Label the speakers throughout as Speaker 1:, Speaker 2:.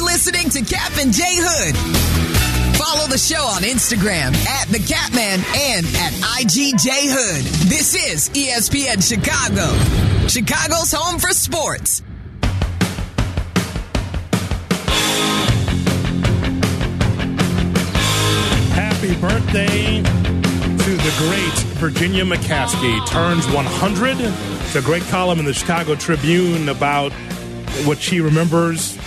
Speaker 1: listening to Cap and Jay Hood. Follow the show on Instagram at the Catman and at IGJ Hood. This is E ESPN Chicago, Chicago's home for sports.
Speaker 2: Happy birthday to the great Virginia McCaskey. Turns 100. It's a great column in the Chicago Tribune about what she remembers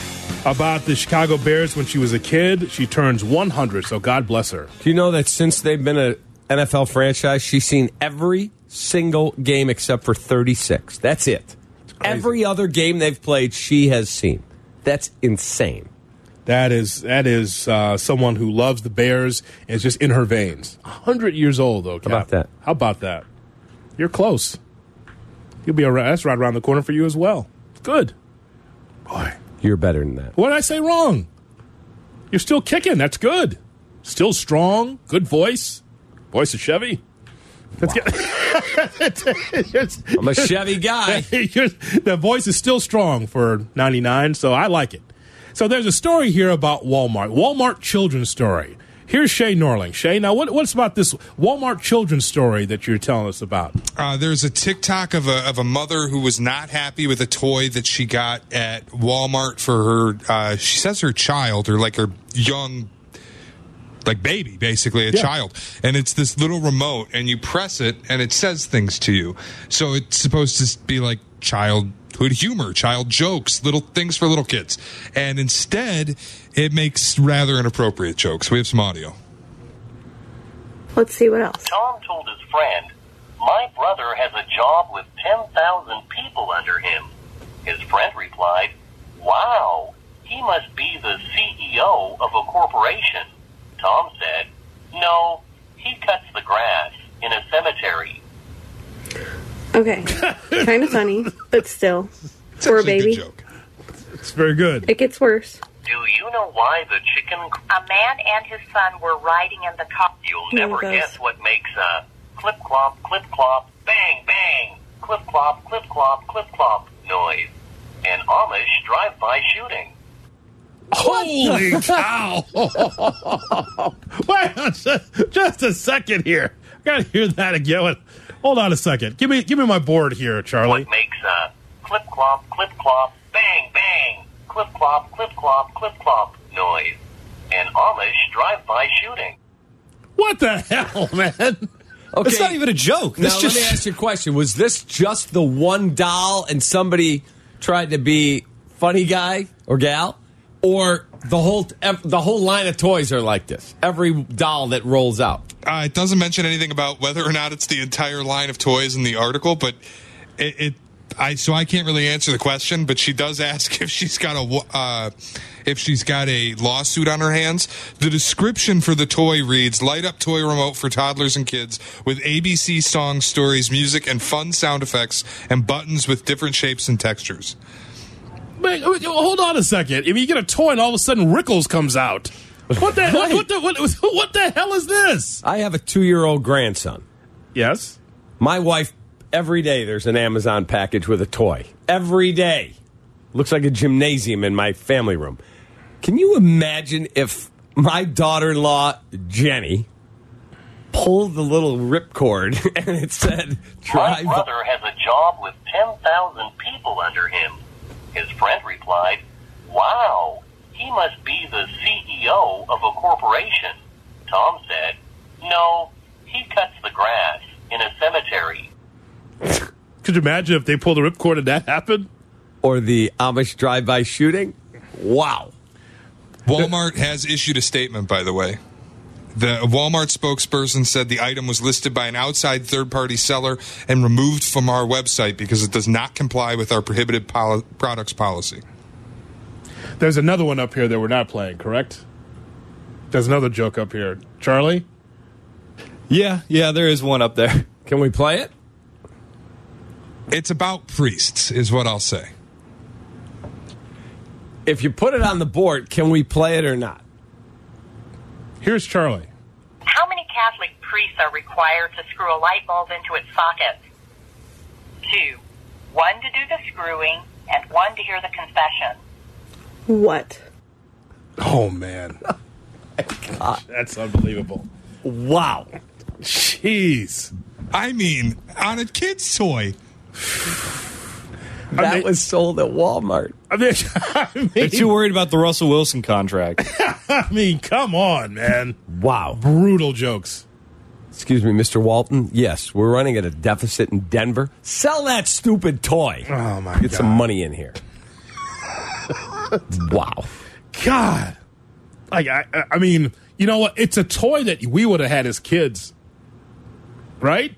Speaker 2: about the Chicago Bears when she was a kid. She turns 100, so God bless her.
Speaker 3: Do you know that since they've been an NFL franchise, she's seen every single game except for 36? That's it.
Speaker 2: crazy.
Speaker 3: Every other game they've played, she has seen. That's insane.
Speaker 2: That is that is uh, someone who loves the Bears. It's just in her veins. 100 years old though. Cap.
Speaker 3: about that?
Speaker 2: How about that? You're close. You'll be around. That's right around the corner for you as well. Good. Boy.
Speaker 3: You're better than that.
Speaker 2: What did I say wrong? You're still kicking. That's good. Still strong. Good voice. Voice of Chevy. That's good.
Speaker 3: I'm a Chevy guy.
Speaker 2: You're- the voice is still strong for 99, so I like it. So there's a story here about Walmart. Walmart children's story. Here's Shay Norling. Shay, now what, what's about this Walmart children's story that you're telling us about?
Speaker 4: Uh, there's a TikTok of a of a mother who was not happy with a toy that she got at Walmart for her. Uh, she says her child or like her young, like baby, basically a
Speaker 2: Yeah.
Speaker 4: child, and it's this little remote, and you press it, and it says things to you. So it's supposed to be like childhood humor, child jokes, little things for little kids, and instead, it makes rather inappropriate jokes. We have some audio.
Speaker 5: Let's see what else.
Speaker 6: Tom told his friend, My brother has a job with 10,000 people under him. His friend replied, Wow, he must be the CEO of a corporation. Tom said, No, he cuts the grass in a cemetery.
Speaker 5: Okay. kind of funny, but still.
Speaker 4: It's
Speaker 5: For a
Speaker 4: actually a good
Speaker 5: baby.
Speaker 4: joke.
Speaker 2: It's very good.
Speaker 5: It gets worse.
Speaker 6: Do you know why the chicken.
Speaker 7: A man and his son were riding in the car.
Speaker 6: You'll
Speaker 5: Yeah,
Speaker 6: never
Speaker 5: it does.
Speaker 6: guess what makes a clip clop, clip clop, bang, bang, clip clop, clip clop, clip clop noise. An Amish drive by shooting.
Speaker 2: Holy cow! Wait, just, just a second here. I gotta hear that again. Wait, Hold on a second. Give me, give me my board here, Charlie.
Speaker 6: What makes a clip clop, clip clop, bang, bang, clip clop, clip clop, clip clop noise? An Amish drive by shooting.
Speaker 2: What the hell, man?
Speaker 3: Okay.
Speaker 8: It's not even a joke.
Speaker 3: Now,
Speaker 8: That's just
Speaker 3: let me ask you a question. Was this just the one doll and somebody tried to be funny guy or gal? Or the whole ev- the whole line of toys are like this. Every doll that rolls out.
Speaker 4: Uh, it doesn't mention anything about whether or not it's the entire line of toys in the article, but it, it I so I can't really answer the question. But she does ask if she's got a wa- uh, if she's got a lawsuit on her hands. The description for the toy reads: "Light up toy remote for toddlers and kids with ABC songs, stories, music, and fun sound effects, and buttons with different shapes and textures."
Speaker 2: Man, wait, hold on a second. I mean, you get a toy, and all of a sudden, Rickles comes out. What the what, what the what, what the hell is this?
Speaker 3: I have a two year old grandson.
Speaker 2: Yes.
Speaker 3: My wife, every day there's an Amazon package with a toy. Every day. Looks like a gymnasium in my family room. Can you imagine if my daughter in law, Jenny, pulled the little ripcord and it said,
Speaker 6: My
Speaker 3: drive
Speaker 6: Oh, brother has a job with 10,000 people under him. His friend replied, Wow, he must be the CEO of a corporation. Tom said, No, he cuts the grass in a cemetery.
Speaker 2: Could you imagine if they pulled the ripcord and that happened?
Speaker 3: or the Amish drive by shooting? Wow.
Speaker 4: Walmart has issued a statement, by the way. The Walmart spokesperson said the item was listed by an outside third party seller and removed from our website because it does not comply with our prohibited poli- products policy.
Speaker 2: There's another one up here that we're not playing, correct? There's another joke up here, Charlie.
Speaker 8: yeah, yeah. There is one up there.
Speaker 3: Can we play it?
Speaker 4: It's about priests, is what I'll say.
Speaker 3: If you put it on the board, can we play it or not?
Speaker 2: Here's Charlie.
Speaker 7: How many Catholic priests are required to screw a light bulb into its socket? Two. One to do the screwing and one to hear the confession.
Speaker 5: What?
Speaker 2: Oh man, that's unbelievable.
Speaker 3: Wow.
Speaker 2: Jeez,
Speaker 4: I mean, on a kid's toy.
Speaker 3: That
Speaker 2: mean-
Speaker 3: was sold at Walmart.
Speaker 2: I mean, I
Speaker 7: They're
Speaker 2: mean,
Speaker 7: too worried about the Russell Wilson contract.
Speaker 2: I mean, come on, man.
Speaker 3: Wow.
Speaker 2: Brutal jokes.
Speaker 3: Excuse me, Mr. Walton. Yes, we're running at a deficit in Denver. Sell that stupid toy.
Speaker 2: Oh my
Speaker 3: Get some money in here. wow.
Speaker 2: God. Like I, I- I mean, you know what? It's a toy that we would have had as kids, right?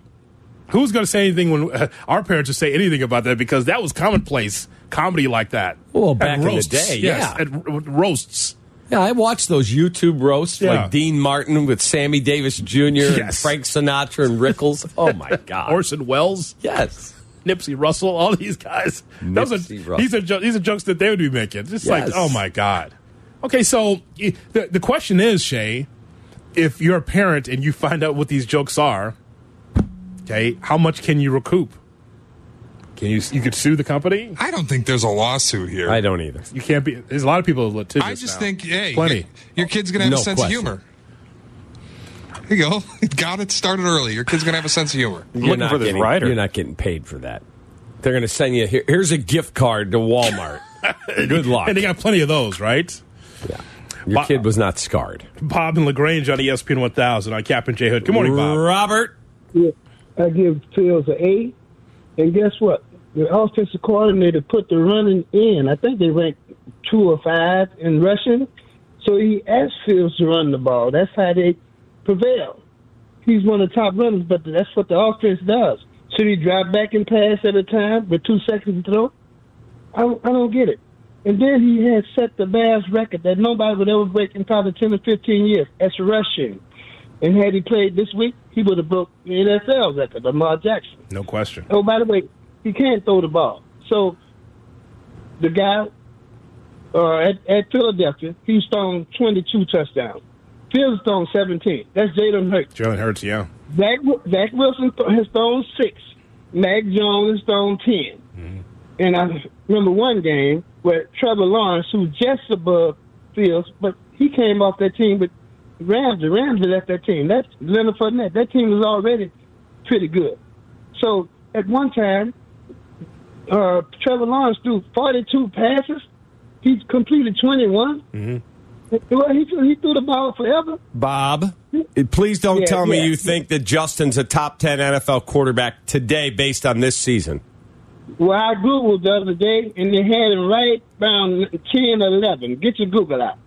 Speaker 2: Who's going to say anything when uh, our parents would say anything about that because that was commonplace comedy like that.
Speaker 3: Well,
Speaker 2: At
Speaker 3: back in the
Speaker 2: roasts,
Speaker 3: day,
Speaker 2: yes,
Speaker 3: yeah.
Speaker 2: at ro- roasts.
Speaker 3: Yeah, I watched those YouTube roasts
Speaker 2: Yeah.
Speaker 3: like Dean Martin with Sammy Davis Jr. and
Speaker 2: Yes.
Speaker 3: Frank Sinatra and Rickles. Oh my God.
Speaker 2: Orson Welles,
Speaker 3: yes.
Speaker 2: Nipsey Russell, all these guys. Those are,
Speaker 3: Nipsey Russell.
Speaker 2: these are jo- these are jokes that they would be making. Just
Speaker 3: Yes.
Speaker 2: like, oh my god. Okay, so y- the the question is, Shay, if you're a parent and you find out what these jokes are, okay, how much can you recoup? Can you you could sue the company?
Speaker 4: I don't think there's a lawsuit here.
Speaker 3: I don't either.
Speaker 2: You can't be. There's a lot of people litigious.
Speaker 4: I just
Speaker 2: now.
Speaker 4: think, hey,
Speaker 2: Plenty.
Speaker 4: y- your kid's gonna have
Speaker 3: No
Speaker 4: a sense
Speaker 3: question.
Speaker 4: of humor. There you go. Got it started early. Your kid's gonna have a sense of humor.
Speaker 3: You're
Speaker 7: looking
Speaker 3: not
Speaker 7: for this
Speaker 3: getting,
Speaker 7: rider.
Speaker 3: You're not getting paid for that. They're going to send you here, here's a gift card to Walmart. Good luck.
Speaker 2: and they got plenty of those, right?
Speaker 3: Your kid was not scarred.
Speaker 2: Bob and Lagrange on E ESPN 1000 on Captain J Hood. Good morning, Bob.
Speaker 3: Robert.
Speaker 9: I give Fields an eight. And guess what? The offensive coordinator put the running in. I think they ranked two or five in rushing. So he asked Fields to run the ball. That's how they prevail. He's one of the top runners, but that's what the offense does. Should he drive back and pass at a time with two seconds to throw? I, I don't get it. And then he has set the Bears record that nobody would ever break in probably 10 or 15 years. That's rushing. And had he played this week, he would have broke the NFL record, Lamar Jackson.
Speaker 2: No question.
Speaker 9: Oh, by the way, he can't throw the ball. So the guy uh, at, at Philadelphia, he's thrown 22 touchdowns. Fields thrown 17. That's Jalen Hurts.
Speaker 2: Jalen Hurts, yeah.
Speaker 9: Zach, Zach Wilson th- has thrown six. Mac Jones has thrown 10 And I remember one game where Trevor Lawrence, who just above Fields, but he came off that team with Ramsey. Ramsey left that team. That's Leonard Fournette. That team was already pretty good. So at one time, uh, Trevor Lawrence threw 42 passes. He's completed 21. Well, he, threw- he threw the ball forever.
Speaker 3: Bob, please don't
Speaker 9: Yeah,
Speaker 3: tell me
Speaker 9: yeah.
Speaker 3: you think that Justin's a top 10 NFL quarterback today based on this season.
Speaker 9: Well, I Googled the other day, and they had it right around 10, 11. Get your Google out.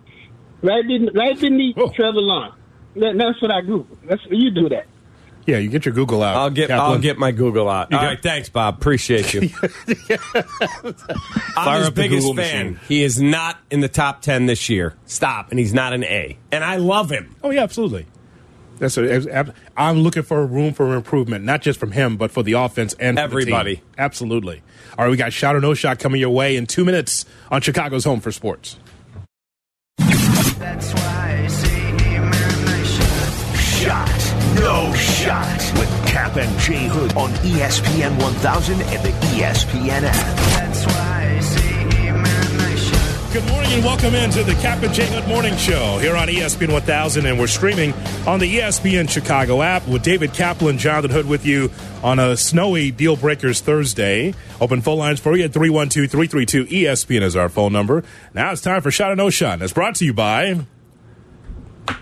Speaker 9: Right, in, right beneath
Speaker 2: Whoa.
Speaker 9: Trevor Lawrence. That, that's what I Googled. That's you do that.
Speaker 2: Yeah, you get your Google out.
Speaker 3: I'll get I'll
Speaker 2: Kaplan.
Speaker 3: get my Google out. All
Speaker 2: got-
Speaker 3: right, thanks, Bob. Appreciate you. I'm
Speaker 7: Fire
Speaker 3: his
Speaker 7: up the
Speaker 3: biggest
Speaker 7: Google
Speaker 3: fan.
Speaker 7: machine.
Speaker 3: He is not in the top ten this year. Stop, and he's not an A. And I love him.
Speaker 2: Oh yeah, absolutely. That's what I'm looking for room for improvement, not just from him, but for the offense and for the team.
Speaker 3: Everybody.
Speaker 2: Absolutely. All right, we got shot or no shot coming your way in two minutes on Chicago's home for sports.
Speaker 10: That's why I say elimination.
Speaker 1: Shot, no shot with Cap and J Hood on E ESPN 1000 and the E ESPN app.
Speaker 10: That's why I say elimination.
Speaker 2: Good morning and welcome into the Captain J Hood Morning Show here on E ESPN 1000, and we're streaming on the E ESPN Chicago app with David Kaplan, Jonathan Hood with you on a snowy Deal Breakers Thursday. Open phone lines for you at 312 332 ESPN is our phone number. Now it's time for Shot or No Shot. That's brought to you by.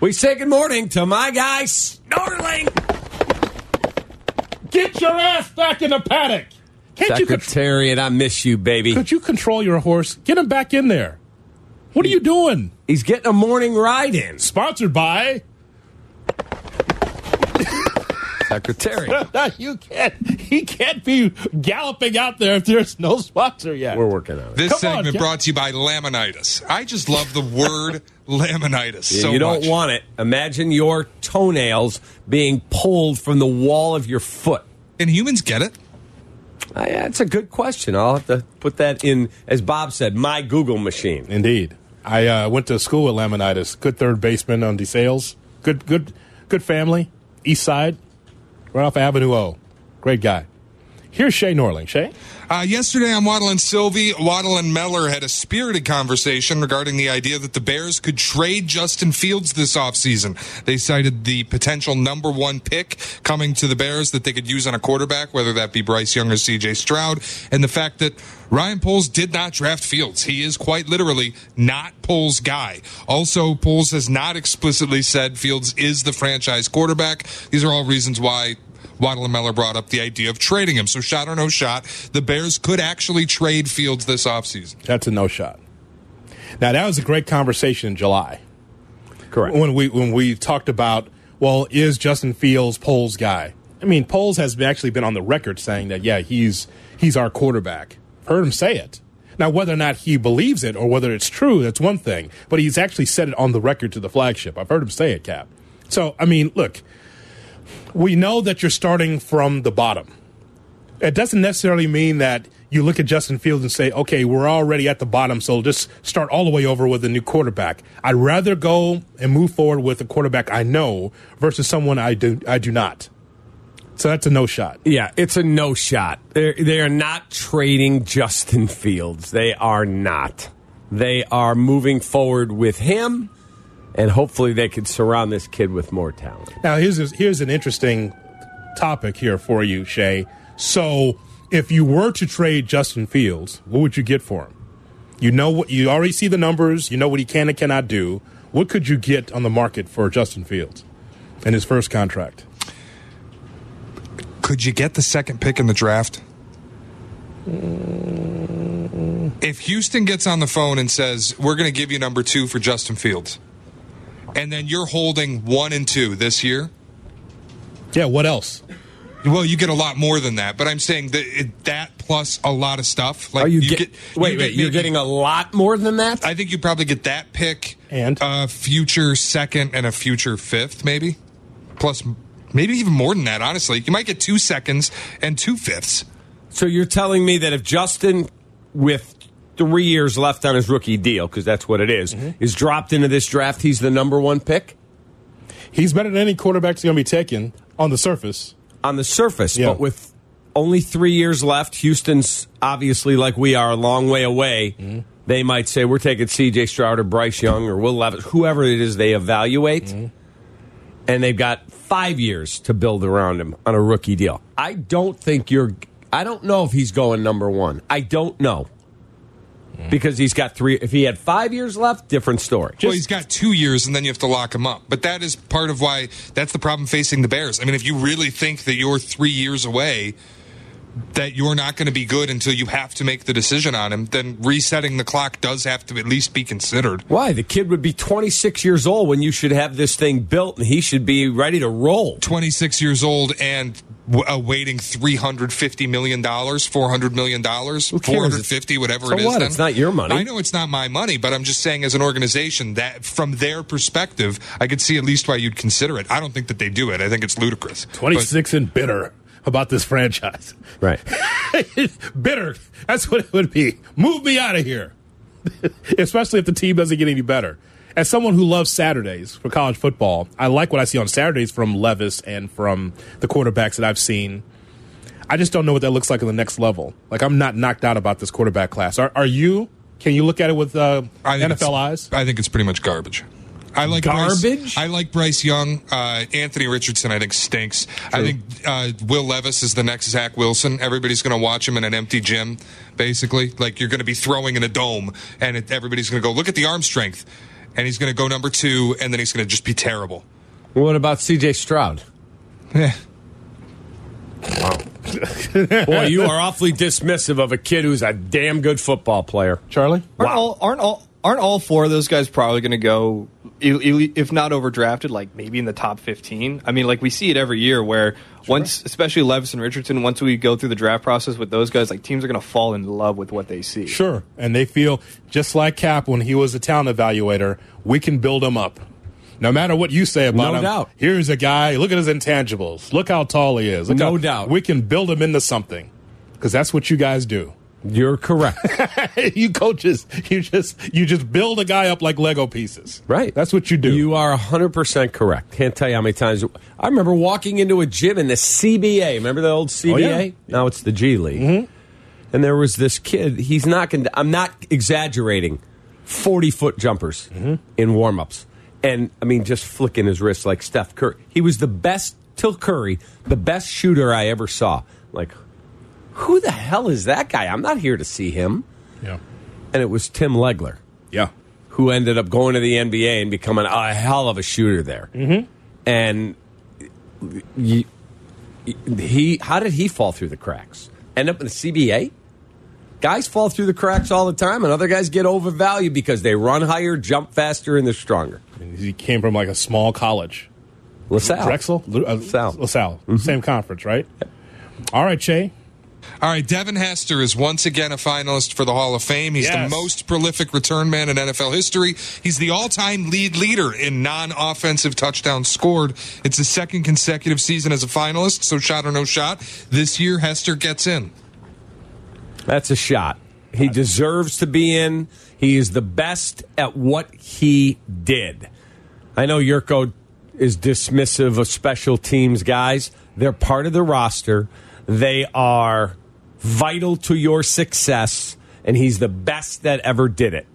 Speaker 3: We say good morning to my guy Snorling.
Speaker 2: Get your ass back in the paddock. Can't you contr-
Speaker 3: Secretariat, I miss you, baby.
Speaker 2: could you control your horse? Get him back in there. What are you doing?
Speaker 3: He's getting a morning ride in.
Speaker 2: Sponsored by
Speaker 3: Secretariat.
Speaker 2: you can't he can't be galloping out there if there's no sponsor yet.
Speaker 3: We're working on it.
Speaker 4: This
Speaker 2: Come on,
Speaker 4: segment
Speaker 2: Cap.
Speaker 4: brought to you by Laminitis. I just love the word Laminitis so
Speaker 3: you don't
Speaker 4: much.
Speaker 3: want it. Imagine your toenails being pulled from the wall of your foot.
Speaker 4: and humans get it.
Speaker 3: I, that's a good question. I'll have to put that in, as Bob said, my Google machine.
Speaker 2: Indeed. I uh, went to school with Laminitis. Good third baseman on DeSales. Good good good family. East side. Right off Avenue O. Great guy. Here's Shay Norling. Shay?
Speaker 4: Uh, yesterday on Waddle and Sylvie, Waddle and Meller had a spirited conversation regarding the idea that the Bears could trade Justin Fields this offseason. They cited the potential number one pick coming to the Bears that they could use on a quarterback, whether that be Bryce Young or CJ Stroud, and the fact that Ryan Poles did not draft Fields. He is quite literally not Poles' guy. Also, Poles has not explicitly said Fields is the franchise quarterback. These are all reasons why Waddle and Meller brought up the idea of trading him. So shot or no shot, the Bears could actually trade Fields this offseason.
Speaker 2: That's a no shot. Now that was a great conversation in July.
Speaker 3: Correct.
Speaker 2: When we when we talked about well, is Justin Fields Poles guy? I mean, Poles has been- actually been on the record saying that yeah, he's he's our quarterback. Heard him say it. Now whether or not he believes it or whether it's true, that's one thing. But he's actually said it on the record to the flagship. I've heard him say it, Cap. So I mean, look, we know that you're starting from the bottom it doesn't necessarily mean that you look at Justin Fields and say, okay, we're already at the bottom, so just start all the way over with a new quarterback. I'd rather go and move forward with a quarterback I know versus someone I do I do not. So that's a no shot.
Speaker 3: Yeah, it's a no shot. They're, they are not trading Justin Fields. They are not. They are moving forward with him, and hopefully they can surround this kid with more talent.
Speaker 2: Now here's here's an interesting topic here for you, Shay. So if you were to trade Justin Fields, what would you get for him? You know what you already see the numbers, you know what he can and cannot do. What could you get on the market for Justin Fields in his first contract?
Speaker 4: Could you get the second pick in the draft? Mm-hmm. If Houston gets on the phone and says, We're going to give you number two for Justin Fields, and then you're holding one and two this year,
Speaker 2: Yeah, what else?
Speaker 4: well, you get a lot more than that. But I'm saying that it, that plus a lot of stuff. Like
Speaker 3: Are you, get, wait,
Speaker 4: you
Speaker 3: wait,
Speaker 4: get-
Speaker 3: you're getting a lot more than that?
Speaker 4: I think you probably get that pick
Speaker 2: And?
Speaker 4: a future second and a future fifth, maybe plus maybe even more than that. Honestly, you might get two seconds and two fifths.
Speaker 3: So you're telling me that if Justin, with three years left on his rookie deal, because that's what it is, is dropped into this draft, he's the number one pick
Speaker 2: He's better than any quarterback that's going to be taken on the surface.
Speaker 3: on the surface,
Speaker 2: Yeah.
Speaker 3: but with only three years left, Houston's obviously like we are a long way away. They might say we're taking C.J. Stroud or Bryce Young or Will Levis, whoever it is they evaluate, and they've got five years to build around him on a rookie deal. I don't think you're. I don't know if he's going number one. I don't know. Because he's got three. If he had five years left, different story.
Speaker 4: well, he's got two years, and then you have to lock him up. But that is part of why that's the problem facing the Bears. I mean, if you really think that you're three years away, that you're not going to be good until you have to make the decision on him, then resetting the clock does have to at least be considered.
Speaker 3: Why? The kid would be 26 years old when you should have this thing built, and he should be ready to roll.
Speaker 4: 26 years old and w- uh, awaiting 350 million dollars 400 million dollars
Speaker 3: cares?
Speaker 4: 450 whatever
Speaker 3: So
Speaker 4: it is
Speaker 3: what?
Speaker 4: then.
Speaker 3: It's not your money.
Speaker 4: i know it's not my money but i'm just saying as an organization that from their perspective i could see at least why you'd consider it i don't think that they do it i think it's ludicrous But-
Speaker 2: 26 and bitter about this franchise.
Speaker 3: Right.
Speaker 2: bitter. That's what it would be. Move me out of here. Especially if the team doesn't get any better. As someone who loves Saturdays for college football, I like what I see on Saturdays from Levis and from the quarterbacks that I've seen. I just don't know what that looks like on the next level. Like I'm not knocked out about this quarterback class. Are, are you? Can you look at it with uh,
Speaker 4: I think
Speaker 2: NFL eyes?
Speaker 4: it's- I think it's pretty much garbage. I like Bryce-
Speaker 3: Garbage?
Speaker 4: I like Bryce Young. Uh, Anthony Richardson, I think stinks. I think uh, Will Levis is the next Zach Wilson. Everybody's going to watch him in an empty gym, basically. Like you're going to be throwing in a dome, and it, everybody's going to go look at the arm strength, and he's going to go number two, and then he's going to just be terrible.
Speaker 3: What about CJ Stroud?
Speaker 4: Yeah.
Speaker 3: Boy, you are awfully dismissive of a kid who's a damn good football player.
Speaker 2: Charlie?
Speaker 7: Aren't all aren't all aren't all four of those guys probably going to go il- il- if not overdrafted, like maybe in the top fifteen? I mean, like we see it every year where once, especially Levis and Richardson, once we go through the draft process with those guys, like teams are going to fall in love with what they see.
Speaker 2: Sure. And they feel just like Cap when he was a town evaluator, we can build him up. No matter what you say about
Speaker 3: No
Speaker 2: him,
Speaker 3: doubt.
Speaker 2: here's a guy. Look at his intangibles. Look how tall he is. Look
Speaker 3: No
Speaker 2: how-
Speaker 3: doubt.
Speaker 2: We can build him into something because that's what you guys do.
Speaker 3: You're correct.
Speaker 2: you coaches, you just you just build a guy up like Lego pieces.
Speaker 3: Right.
Speaker 2: That's what you do.
Speaker 3: You are 100% correct. Can't tell you how many times. I remember walking into a gym in the CBA. Remember the old CBA?
Speaker 2: Oh, yeah. Mm-hmm.
Speaker 3: Now it's the G League. And there was this kid. He's not going to, I'm not exaggerating, 40 foot jumpers
Speaker 2: Mm-hmm.
Speaker 3: in warm ups. And I mean, just flicking his wrist like Steph Curry. He was the best, till Curry, the best shooter I ever saw. Like, who the hell is that guy? I'm not here to see him.
Speaker 2: Yeah.
Speaker 3: And it was Tim Legler
Speaker 2: Yeah.
Speaker 3: who ended up going to the NBA and becoming a hell of a shooter there. Mm-hmm. And y- y- he, how did he fall through the cracks? End up in the CBA? Guys fall through the cracks all the time, and other guys get overvalued because they run higher, jump faster, and they're stronger.
Speaker 2: And He came from like a small college.
Speaker 3: LaSalle.
Speaker 2: Drexel? Lu- uh,
Speaker 3: LaSalle.
Speaker 2: LaSalle.
Speaker 3: Mm-hmm.
Speaker 2: Same conference, right? All right, Shay.
Speaker 4: All right, Devin Hester is once again a finalist for the Hall of Fame. He's
Speaker 2: Yes.
Speaker 4: the most prolific return man in NFL history. He's the all-time lead leader in non-offensive touchdowns scored. It's his second consecutive season as a finalist, so shot or no shot, this year Hester gets in.
Speaker 3: That's a shot. He deserves to be in. He is the best at what he did. I know Yurko is dismissive of special teams guys. They're part of the roster. They are vital to your success, and he's the best that ever did it.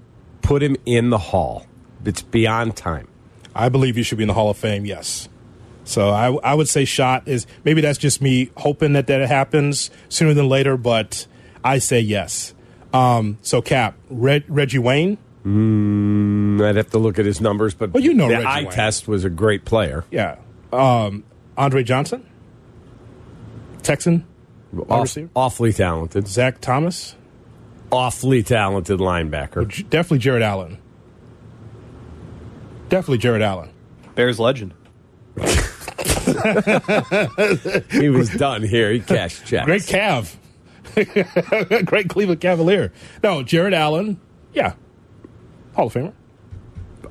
Speaker 3: Put him in the hall. It's beyond time.
Speaker 2: I believe you should be in the Hall of Fame. Yes. So I, I would say shot is maybe that's just me hoping that that happens sooner than later, but I say yes. Um, so Cap, Reg, Reggie Wayne.
Speaker 3: Mm, I'd have to look at his numbers, but
Speaker 2: Well, you know
Speaker 3: the
Speaker 2: Reggie
Speaker 3: eye
Speaker 2: Wayne.
Speaker 3: test was a great player.
Speaker 2: Yeah. Um, Andre Johnson. Texan.
Speaker 3: Aw-
Speaker 2: receiver?
Speaker 3: awfully talented,
Speaker 2: Zach Thomas.
Speaker 3: awfully talented linebacker.
Speaker 2: J- Definitely Jared Allen. Definitely Jared Allen.
Speaker 11: Bears legend.
Speaker 3: He was done here. He cashed checks.
Speaker 2: Great Cav. Great Cleveland Cavalier. No, Jared Allen. Yeah. Hall of Famer.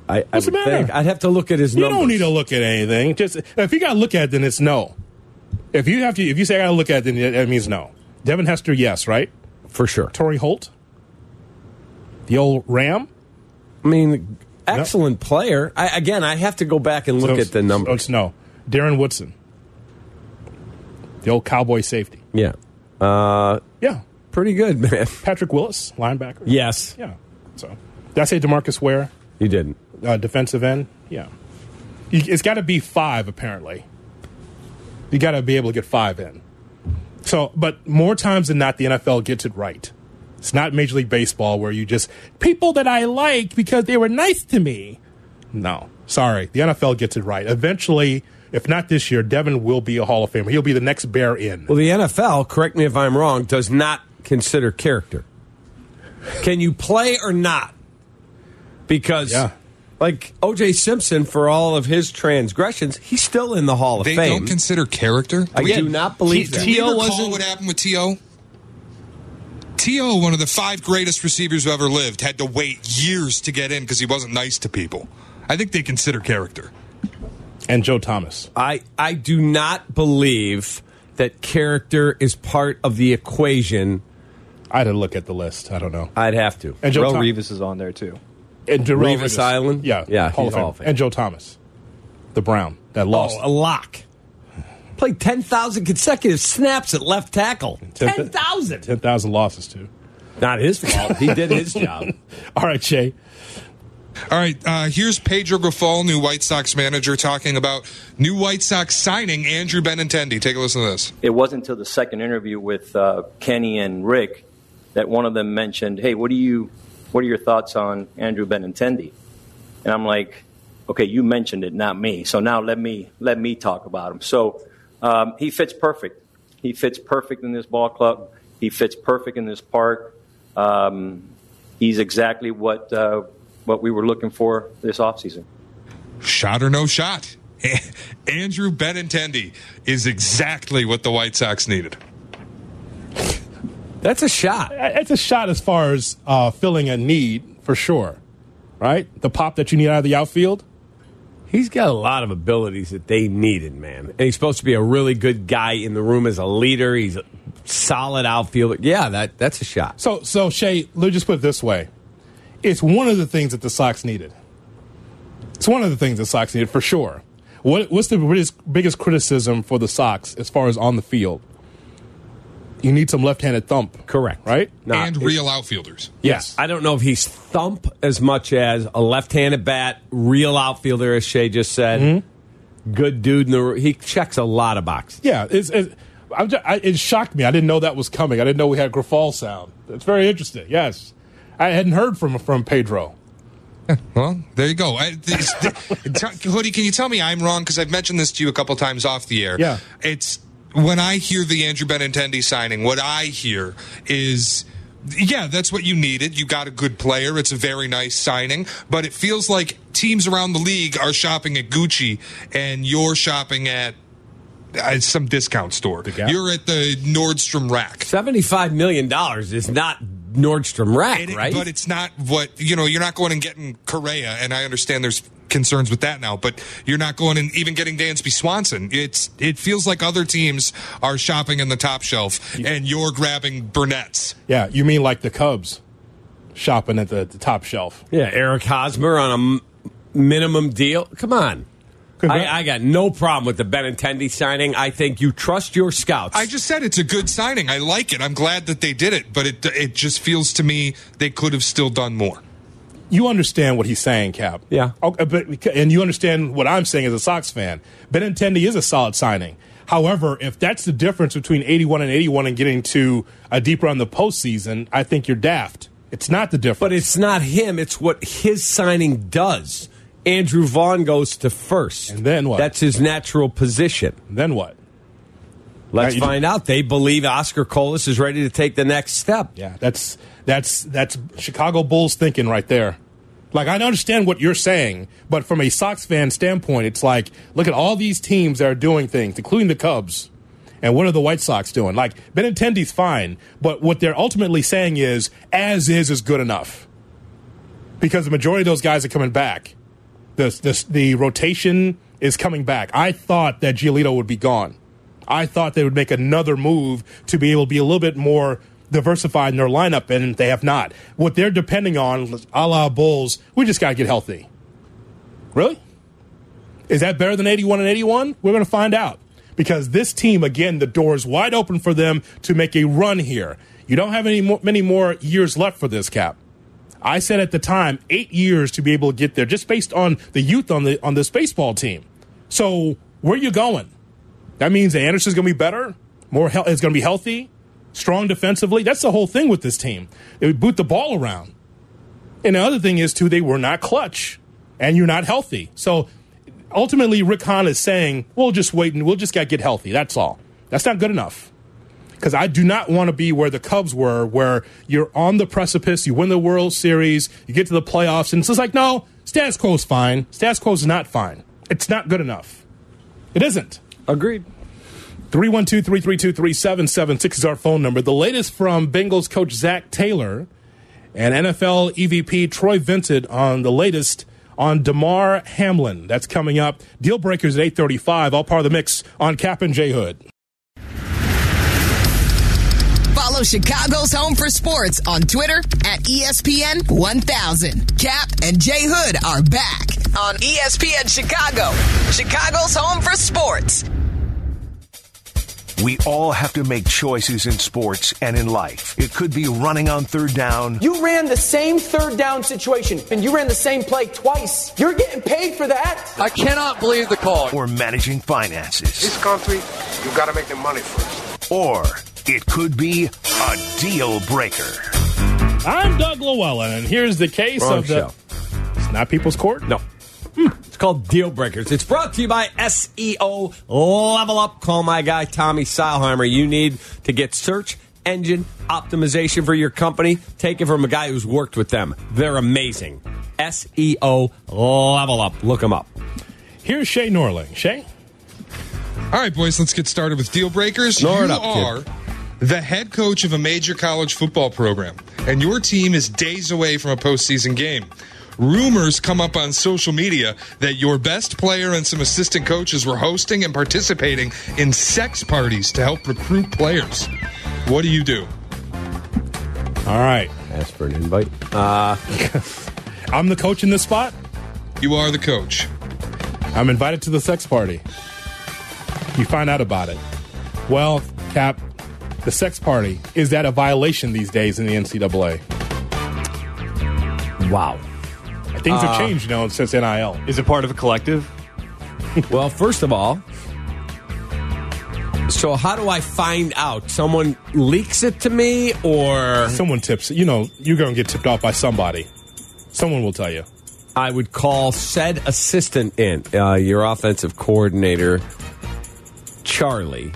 Speaker 3: I, I
Speaker 2: What's the
Speaker 3: would
Speaker 2: matter?
Speaker 3: think I'd have to look at his
Speaker 2: You
Speaker 3: numbers.
Speaker 2: don't need to look at anything. Just if you got to look at it, then it's no. If you have to, if you say I got to look at it, then that means no. Devin Hester, yes, right?
Speaker 3: for sure.
Speaker 2: Torrey Holt, the old Ram.
Speaker 3: I mean, excellent player. I, again, I have to go back and look
Speaker 2: So
Speaker 3: at the
Speaker 2: it's-
Speaker 3: numbers.
Speaker 2: so It's no. Darren Woodson, the old Cowboy safety.
Speaker 3: yeah, uh,
Speaker 2: Yeah.
Speaker 3: pretty good, man.
Speaker 2: Patrick Willis, linebacker.
Speaker 3: yes,
Speaker 2: Yeah. So did I say Demarcus Ware,
Speaker 3: you didn't.
Speaker 2: uh, defensive end? Yeah. You, it's got to be five apparently. You got to be able to get five in. So, but more times than not, the NFL gets it right. It's not Major League Baseball where you just people that I like because they were nice to me. No, sorry, the NFL gets it right. Eventually, if not this year, Devin will be a Hall of Famer. He'll be the next Bear in.
Speaker 3: Well, the NFL, correct me if I'm wrong, does not consider character. Can you play or not? Because,
Speaker 2: Yeah.
Speaker 3: like O.J. Simpson, for all of his transgressions, he's still in the Hall of
Speaker 4: They
Speaker 3: Fame.
Speaker 4: don't consider character.
Speaker 3: I do not believe
Speaker 4: Do
Speaker 3: that.
Speaker 4: you
Speaker 11: T.O.
Speaker 4: recall
Speaker 11: wasn't-
Speaker 4: what happened with T.O.? T.O., one of the five greatest receivers who ever lived, had to wait years to get in because he wasn't nice to people. I think they consider character.
Speaker 2: And Joe Thomas.
Speaker 3: I I do not believe that character is part of the equation.
Speaker 2: I had to look at the list. I don't know.
Speaker 3: I'd have to.
Speaker 2: And Joe
Speaker 11: Joe
Speaker 2: Tom-
Speaker 11: Revis is on there too.
Speaker 2: and Darrell
Speaker 3: Revis Island?
Speaker 2: Yeah,
Speaker 3: Yeah,
Speaker 2: Hall of,
Speaker 3: he's
Speaker 2: Fame.
Speaker 3: Hall of Fame.
Speaker 2: And Joe Thomas, the Brown that lost.
Speaker 3: Oh, a lock. Played 10,000 consecutive snaps at left tackle. 10,000.
Speaker 2: Ten thousand losses too.
Speaker 3: Not his fault. He did his job.
Speaker 2: All right, Shay.
Speaker 4: All right, uh, here's Pedro Grafal, new White Sox manager, talking about new White Sox signing Andrew Benintendi. Take a listen to this.
Speaker 7: it wasn't until the second interview with uh, Kenny and Rick that one of them mentioned, "Hey, what do you, what are your thoughts on Andrew Benintendi?" And I'm like, "Okay, you mentioned it, not me. So now let me let me talk about him." So um, he fits perfect. He fits perfect in this ball club. He fits perfect in this park. Um, he's exactly what uh, what we were looking for this offseason.
Speaker 4: Shot or no shot? Andrew Benintendi is exactly what the White Sox needed.
Speaker 3: That's a shot.
Speaker 2: It's a shot as far as uh, filling a need for sure, right? The pop that you need out of the outfield.
Speaker 3: He's got a lot of abilities that they needed, man. And he's supposed to be a really good guy in the room as a leader. He's solid outfielder. Yeah, that that's a shot.
Speaker 2: So, so Shay, let's just put it this way: it's one of the things that the Sox needed. It's one of the things the Sox needed for sure. What, what's the biggest, biggest criticism for the Sox as far as on the field? You need some left-handed thump. Correct. Right.
Speaker 4: and real outfielders.
Speaker 3: Yes. I don't know if he's thump as much as a left-handed bat, real outfielder, as Shay just said. Good dude. In the, he checks a lot of boxes.
Speaker 2: Yeah, it's, it, I'm ju- I, it shocked me. I didn't know that was coming. I didn't know we had Grafal sound. It's very interesting. Yes, I hadn't heard from from Pedro.
Speaker 4: Well, there you go. I, this, t- Hoodie, can you tell me I'm wrong? Because I've mentioned this to you a couple times off the air.
Speaker 2: Yeah.
Speaker 4: It's when I hear the Andrew Benintendi signing, what I hear is. Yeah, that's what you needed. You got a good player. It's a very nice signing, but it feels like teams around the league are shopping at Gucci and you're shopping at uh, some discount store. You're at the Nordstrom rack.
Speaker 3: Seventy-five million dollars is not Nordstrom rack,
Speaker 4: It-
Speaker 3: right?
Speaker 4: But it's not what you know. You're not going and getting Correa, and I understand there's concerns with that now. But you're not going and even getting Dansby Swanson. It's it feels like other teams are shopping in the top shelf, and you're grabbing Burnett's.
Speaker 2: Yeah, you mean like the Cubs shopping at the, the top shelf?
Speaker 3: yeah, Eric Hosmer on a m- minimum deal. Come on. I, I got no problem with the Benintendi signing. I think you trust your scouts.
Speaker 4: I just said it's a good signing. I like it. I'm glad that they did it, but it it just feels to me they could have still done more.
Speaker 2: You understand what he's saying, Cap? Yeah. Okay, but and you understand what I'm saying as a Sox fan. Benintendi is a solid signing. However, if that's the difference between 81 and 81 and getting to a deeper on the postseason, I think you're daft. It's not the difference.
Speaker 3: But it's not him. It's what his signing does. Andrew Vaughn goes to first. And
Speaker 2: then what?
Speaker 3: That's his natural position.
Speaker 2: Then what? Now
Speaker 3: Let's
Speaker 2: you-
Speaker 3: find out. They believe Oscar Colas is ready to take the next step.
Speaker 2: Yeah, that's that's that's Chicago Bulls thinking right there. Like I understand what you're saying, but from a Sox fan standpoint, it's like look at all these teams that are doing things, including the Cubs. And what are the White Sox doing? Like Benintendi's fine, but what they're ultimately saying is as is is good enough. Because the majority of those guys are coming back. The the, the rotation is coming back. I thought that Giolito would be gone. I thought they would make another move to be able to be a little bit more diversified in their lineup, and they have not. What they're depending on, a la Bulls, we just got to get healthy. Really? Is that better than 81 and 81? We're going to find out. Because this team, again, the door is wide open for them to make a run here. You don't have any more, many more years left for this cap. I said at the time, eight years to be able to get there, just based on the youth on the on this baseball team. So where you going? That means that Anderson's going to be better, more hel- is going to be healthy, strong defensively. That's the whole thing with this team. They would boot the ball around. And the other thing is too, they were not clutch, and you're not healthy. So ultimately, Rick Hahn is saying, "We'll just wait and we'll just got to get healthy. That's all. That's not good enough." Because I do not want to be where the Cubs were, where you're on the precipice, you win the World Series, you get to the playoffs, and it's just like, no, status quo's fine. Status quo's not fine. It's not good enough. It isn't.
Speaker 3: Agreed.
Speaker 2: 312 332 3776 is our phone number. The latest from Bengals coach Zach Taylor and NFL EVP E Troy Vincent on the latest on DeMar Hamlin. That's coming up. Deal Breakers at 835, all part of the mix on Cap and J Hood.
Speaker 1: Follow Chicago's Home for Sports on Twitter at E ESPN 1000. Cap and Jay Hood are back on E ESPN Chicago, Chicago's Home for Sports.
Speaker 12: We all have to make choices in sports and in life. It could be running on third down.
Speaker 13: You ran the same third down situation, and you ran the same play twice. You're getting paid for that. I cannot believe the call.
Speaker 12: Or managing finances.
Speaker 14: This country, you gotta make the money first.
Speaker 12: Or it could be a deal breaker.
Speaker 2: I'm Doug Llewellyn, and here's the case
Speaker 12: Wrong
Speaker 2: of the.
Speaker 12: show.
Speaker 2: It's not People's Court?
Speaker 3: No. Hmm. It's called Deal Breakers. It's brought to you by SEO Level Up. Call my guy Tommy Seilheimer. You need to get search engine optimization for your company. Take it from a guy who's worked with them. They're amazing. SEO Level Up. Look them up.
Speaker 2: Here's Shay Norling. Shay?
Speaker 4: All right, boys, let's get started with deal breakers.
Speaker 2: Snort
Speaker 4: you
Speaker 2: up, kid.
Speaker 4: are the head coach of a major college football program, and your team is days away from a postseason game. Rumors come up on social media that your best player and some assistant coaches were hosting and participating in sex parties to help recruit players. What do you do?
Speaker 2: All right.
Speaker 3: Ask for an invite. Uh,
Speaker 2: I'm the coach in this spot.
Speaker 4: You are the coach.
Speaker 2: I'm invited to the sex party. You find out about it. Well, Cap, the sex party is that a violation these days in the NCAA?
Speaker 3: Wow.
Speaker 2: Things have
Speaker 3: Uh,
Speaker 2: changed, you know, since NIL.
Speaker 7: Is it part of a collective?
Speaker 3: well, first of all, so how do I find out? Someone leaks it to me, or
Speaker 2: someone tips. You know, you're going to get tipped off by somebody. Someone will tell you.
Speaker 3: I would call said assistant in, uh, your offensive coordinator, Charlie,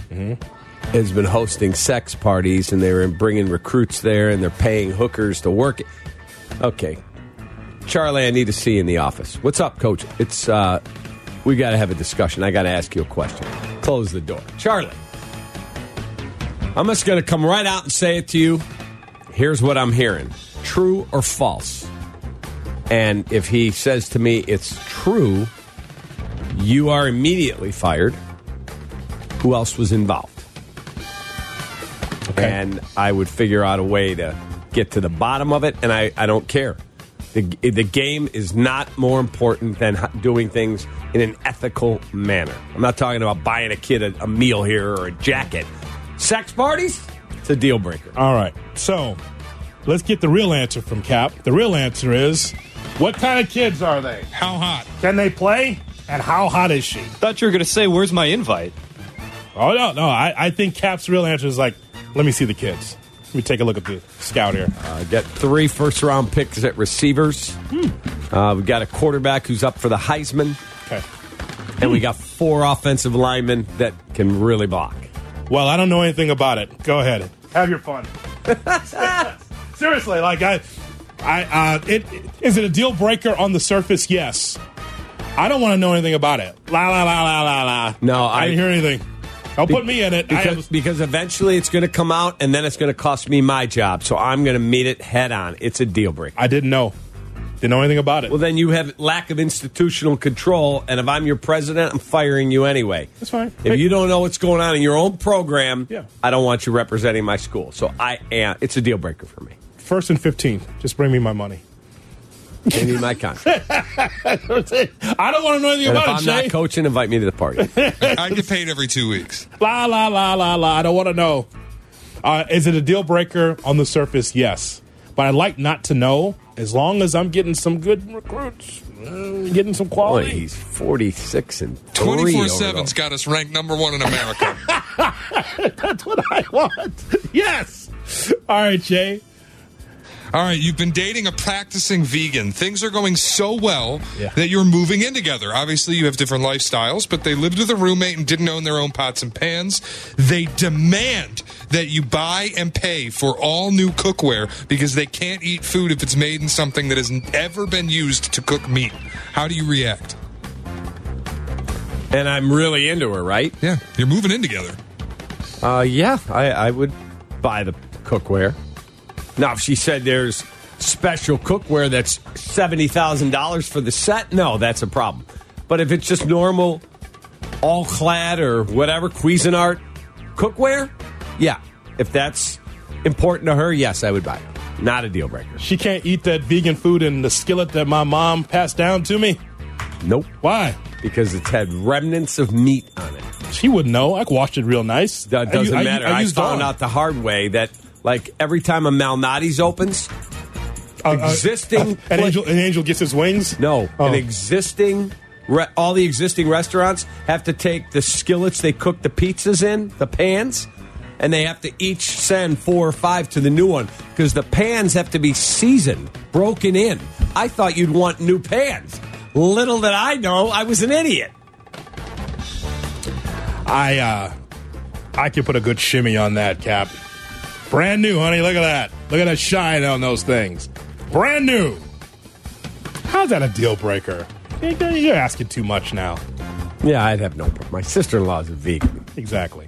Speaker 3: has been hosting sex parties and they're bringing recruits there and they're paying hookers to work. it. Okay. Charlie, I need to see you in the office. What's up, coach? It's, uh, we got to have a discussion. I got to ask you a question. Close the door. Charlie, I'm just going to come right out and say it to you. Here's what I'm hearing true or false? And if he says to me it's true, you are immediately fired. Who else was involved? And I would figure out a way to get to the bottom of it, and I, I don't care. The, the game is not more important than h- doing things in an ethical manner. I'm not talking about buying a kid a, a meal here or a jacket. Sex parties? It's a deal breaker.
Speaker 2: All right. So let's get the real answer from Cap. The real answer is what kind of kids are they?
Speaker 4: How hot?
Speaker 2: Can they play? And how hot is she?
Speaker 7: Thought you were going to say, "Where's my invite?"
Speaker 2: Oh, no, no. I, I think Cap's real answer is like, let me see the kids. Let me take a look at the scout here.
Speaker 3: Uh, got three first round picks at receivers.
Speaker 2: Hmm.
Speaker 3: Uh, we got a quarterback who's up for the Heisman.
Speaker 2: Okay.
Speaker 3: And
Speaker 2: Hmm.
Speaker 3: we got four offensive linemen that can really block.
Speaker 2: Well, I don't know anything about it. Go ahead. Have your fun. Seriously, like I, I, uh, it is it a deal breaker on the surface? Yes. I don't want to know anything about it. La la la la la la.
Speaker 3: No, I,
Speaker 2: I didn't hear anything. Don't put me in it. I
Speaker 3: Because,
Speaker 2: was-
Speaker 3: because eventually it's going to come out, and then it's going to cost me my job. So I'm going to meet it head on. It's a deal breaker.
Speaker 2: I didn't know. Didn't know anything about it.
Speaker 3: Well, then you have lack of institutional control, and if I'm your president, I'm firing you anyway.
Speaker 2: That's fine.
Speaker 3: If you don't know what's going on in your own program,
Speaker 2: Yeah.
Speaker 3: I don't want you representing my school. So I am. It's a deal breaker for me.
Speaker 2: First and fifteen. Just bring me my money.
Speaker 3: Maybe my contract.
Speaker 2: I don't want to know anything
Speaker 3: And if
Speaker 2: about
Speaker 3: I'm
Speaker 2: it,
Speaker 3: not
Speaker 2: Shay.
Speaker 3: coaching, invite me to the party.
Speaker 4: I get paid every two weeks.
Speaker 2: La la la la la. I don't want to know. Uh, is it a deal breaker on the surface? Yes, but I like not to know as long as I'm getting some good recruits, uh, getting some
Speaker 3: Boy,
Speaker 2: quality.
Speaker 3: he's 46 and 3
Speaker 4: 24
Speaker 3: over
Speaker 4: 7's
Speaker 3: the-
Speaker 4: got us ranked number one in America.
Speaker 2: That's what I want. yes. All right, Jay.
Speaker 4: All right, you've been dating a practicing vegan. Things are going so well
Speaker 2: Yeah.
Speaker 4: that you're moving in together. Obviously, you have different lifestyles, but they lived with a roommate and didn't own their own pots and pans. They demand that you buy and pay for all new cookware because they can't eat food if it's made in something that has ever been used to cook meat. How do you react?
Speaker 3: And I'm really into her, right?
Speaker 4: Yeah, you're moving in together.
Speaker 3: Uh, yeah, I, I would buy the cookware. Now, if she said there's special cookware that's $70,000 for the set, no, that's a problem. But if it's just normal, all clad or whatever, Cuisinart cookware, yeah. If that's important to her, yes, I would buy it. Not a deal breaker.
Speaker 2: She can't eat that vegan food in the skillet that my mom passed down to me.
Speaker 3: Nope.
Speaker 2: Why?
Speaker 3: Because it's had remnants of meat on it.
Speaker 2: She wouldn't know. I washed it real nice.
Speaker 3: That
Speaker 2: I
Speaker 3: doesn't
Speaker 2: u- I u-
Speaker 3: matter.
Speaker 2: I
Speaker 3: I,
Speaker 2: used
Speaker 3: found
Speaker 2: Dawn.
Speaker 3: out the hard way that, like, every time a Malnati's opens,
Speaker 2: Uh, uh,
Speaker 3: existing.
Speaker 2: an angel, an angel gets his wings.
Speaker 3: No,
Speaker 2: Oh.
Speaker 3: an existing. Re- all the existing restaurants have to take the skillets they cook the pizzas in, the pans, and they have to each send four or five to the new one because the pans have to be seasoned, broken in. I thought you'd want new pans. Little did I know, I was an idiot.
Speaker 2: I uh I could put a good shimmy on that cap. Brand new, honey. Look at that. Look at that shine on those things. Brand new. How's that a deal breaker? You're you're asking too much now.
Speaker 3: Yeah, I'd have no. My sister in law's a vegan.
Speaker 2: Exactly.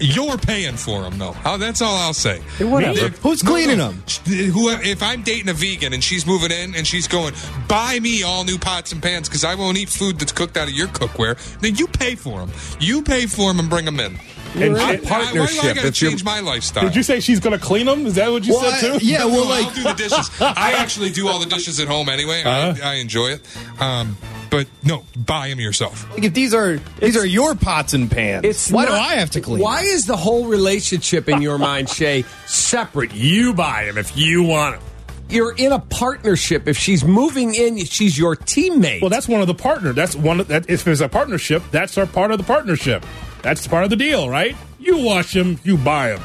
Speaker 4: You're paying for them, though. Oh, that's all I'll say.
Speaker 3: whatever.
Speaker 7: Who's cleaning them?
Speaker 4: Who, if I'm dating a vegan and she's moving in and she's going, buy me all new pots and pans because I won't eat food that's cooked out of your cookware, then you pay for them. You pay for them and bring them in.
Speaker 2: And
Speaker 4: I-
Speaker 2: she-
Speaker 4: I- Why do I got to change my lifestyle?
Speaker 2: Did you say she's going to clean them? Is that what you
Speaker 4: Well,
Speaker 2: said
Speaker 4: I-
Speaker 2: too?
Speaker 4: no, no, I'll do the dishes. I actually do all the dishes at home anyway.
Speaker 2: Uh-huh.
Speaker 4: I, I enjoy it. Um, but no, buy them yourself.
Speaker 7: Like if these are these are your pots and pans. why do
Speaker 3: not-
Speaker 7: I have to clean?
Speaker 3: Why is the whole relationship in your mind, Shay, separate? You buy them if you want them. You're in a partnership. If she's moving in, she's your teammate.
Speaker 2: Well, that's one of the partner. That's one. Of, that if there's a partnership, that's our part of the partnership. That's part of the deal, right? You wash them, you buy them.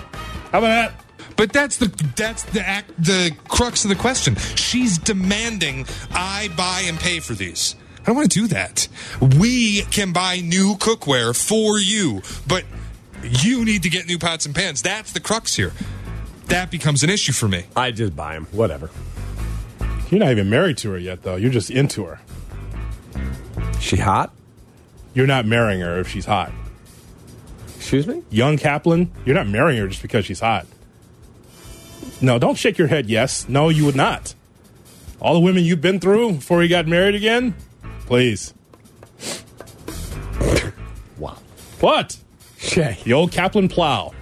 Speaker 2: How about that?
Speaker 4: But that's the that's the act, the crux of the question. She's demanding I buy and pay for these. I don't want to do that. We can buy new cookware for you, but you need to get new pots and pans. That's the crux here. That becomes an issue for me.
Speaker 3: I just buy them. Whatever.
Speaker 2: You're not even married to her yet, though. You're just into her.
Speaker 3: She hot?
Speaker 2: You're not marrying her if she's hot.
Speaker 3: Excuse me?
Speaker 2: Young Kaplan, you're not marrying her just because she's hot. No, don't shake your head yes. No, you would not. All the women you've been through before you got married again? Please.
Speaker 3: wow.
Speaker 2: What? Shay. The old Kaplan plow.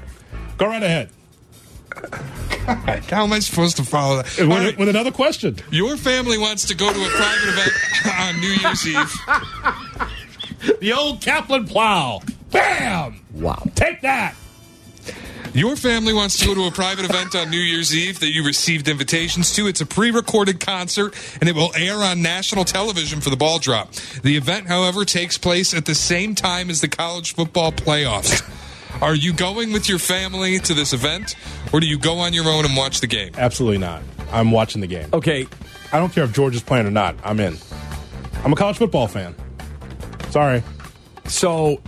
Speaker 2: Go right ahead.
Speaker 4: How am I supposed to follow that?
Speaker 2: With,
Speaker 4: All right.
Speaker 2: with another question.
Speaker 4: Your family wants to go to a private event on New Year's Eve.
Speaker 2: The old Kaplan plow. Bam!
Speaker 3: Wow.
Speaker 2: Take that.
Speaker 4: Your family wants to go to a private event on New Year's Eve that you received invitations to. It's a pre recorded concert and it will air on national television for the ball drop. The event, however, takes place at the same time as the college football playoffs. Are you going with your family to this event or do you go on your own and watch the game?
Speaker 2: Absolutely not. I'm watching the game.
Speaker 3: Okay.
Speaker 2: I don't care if Georgia's playing or not. I'm in. I'm a college football fan. Sorry.
Speaker 3: So,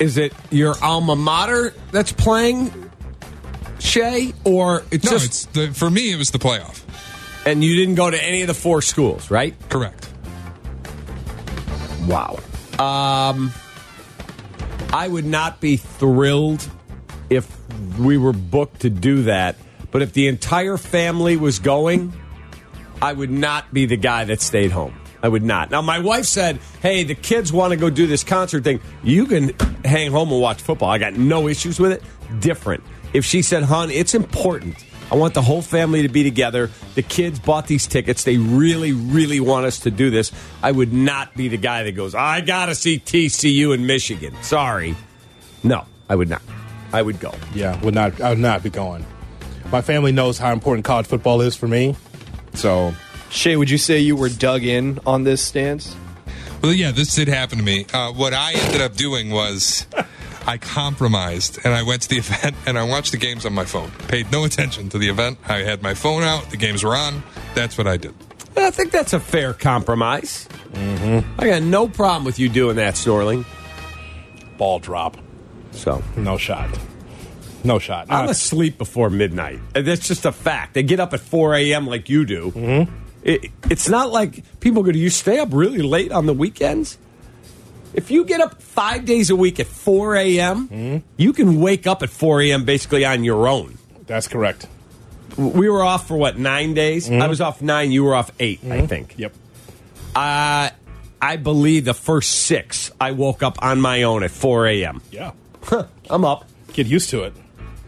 Speaker 3: is it your alma mater that's playing, Shay, or it's
Speaker 4: No,
Speaker 3: just
Speaker 4: it's the, for me, it was the playoff.
Speaker 3: and you didn't go to any of the four schools, right?
Speaker 4: Correct.
Speaker 3: Wow. Um, I would not be thrilled if we were booked to do that, but if the entire family was going, I would not be the guy that stayed home. I would not. Now, my wife said, "Hey, the kids want to go do this concert thing. You can hang home and watch football. I got no issues with it." Different. If she said, "Hun, it's important. I want the whole family to be together. The kids bought these tickets. They really, really want us to do this." I would not be the guy that goes, "I got to see TCU in Michigan." Sorry. No, I would not. I would go.
Speaker 2: Yeah, would not. I would not be going. My family knows how important college football is for me. So,
Speaker 7: Shay, would you say you were dug in on this stance?
Speaker 4: Well, yeah, this did happen to me. Uh, what I ended up doing was I compromised and I went to the event and I watched the games on my phone. Paid no attention to the event. I had my phone out, the games were on. That's what I did.
Speaker 3: I think that's a fair compromise. I got no problem with you doing that, Snorling.
Speaker 2: Ball drop.
Speaker 3: So
Speaker 2: no shot. No shot.
Speaker 3: I'm asleep before midnight. Uh, That's just a fact. They get up at 4 a.m. like you do. Mm-hmm. It, it's not like people go, Do you stay up really late on the weekends? If you get up five days a week at 4 a.m., you can wake up at 4 a.m. basically on your own.
Speaker 2: That's correct.
Speaker 3: We were off for what, nine days? I was off nine, you were off 8 I
Speaker 2: Mhm.
Speaker 3: think.
Speaker 2: Yep.
Speaker 3: Uh, I believe the first six I woke up on my own at 4 a.m.
Speaker 2: Yeah.
Speaker 3: I'm up.
Speaker 2: Get used to it.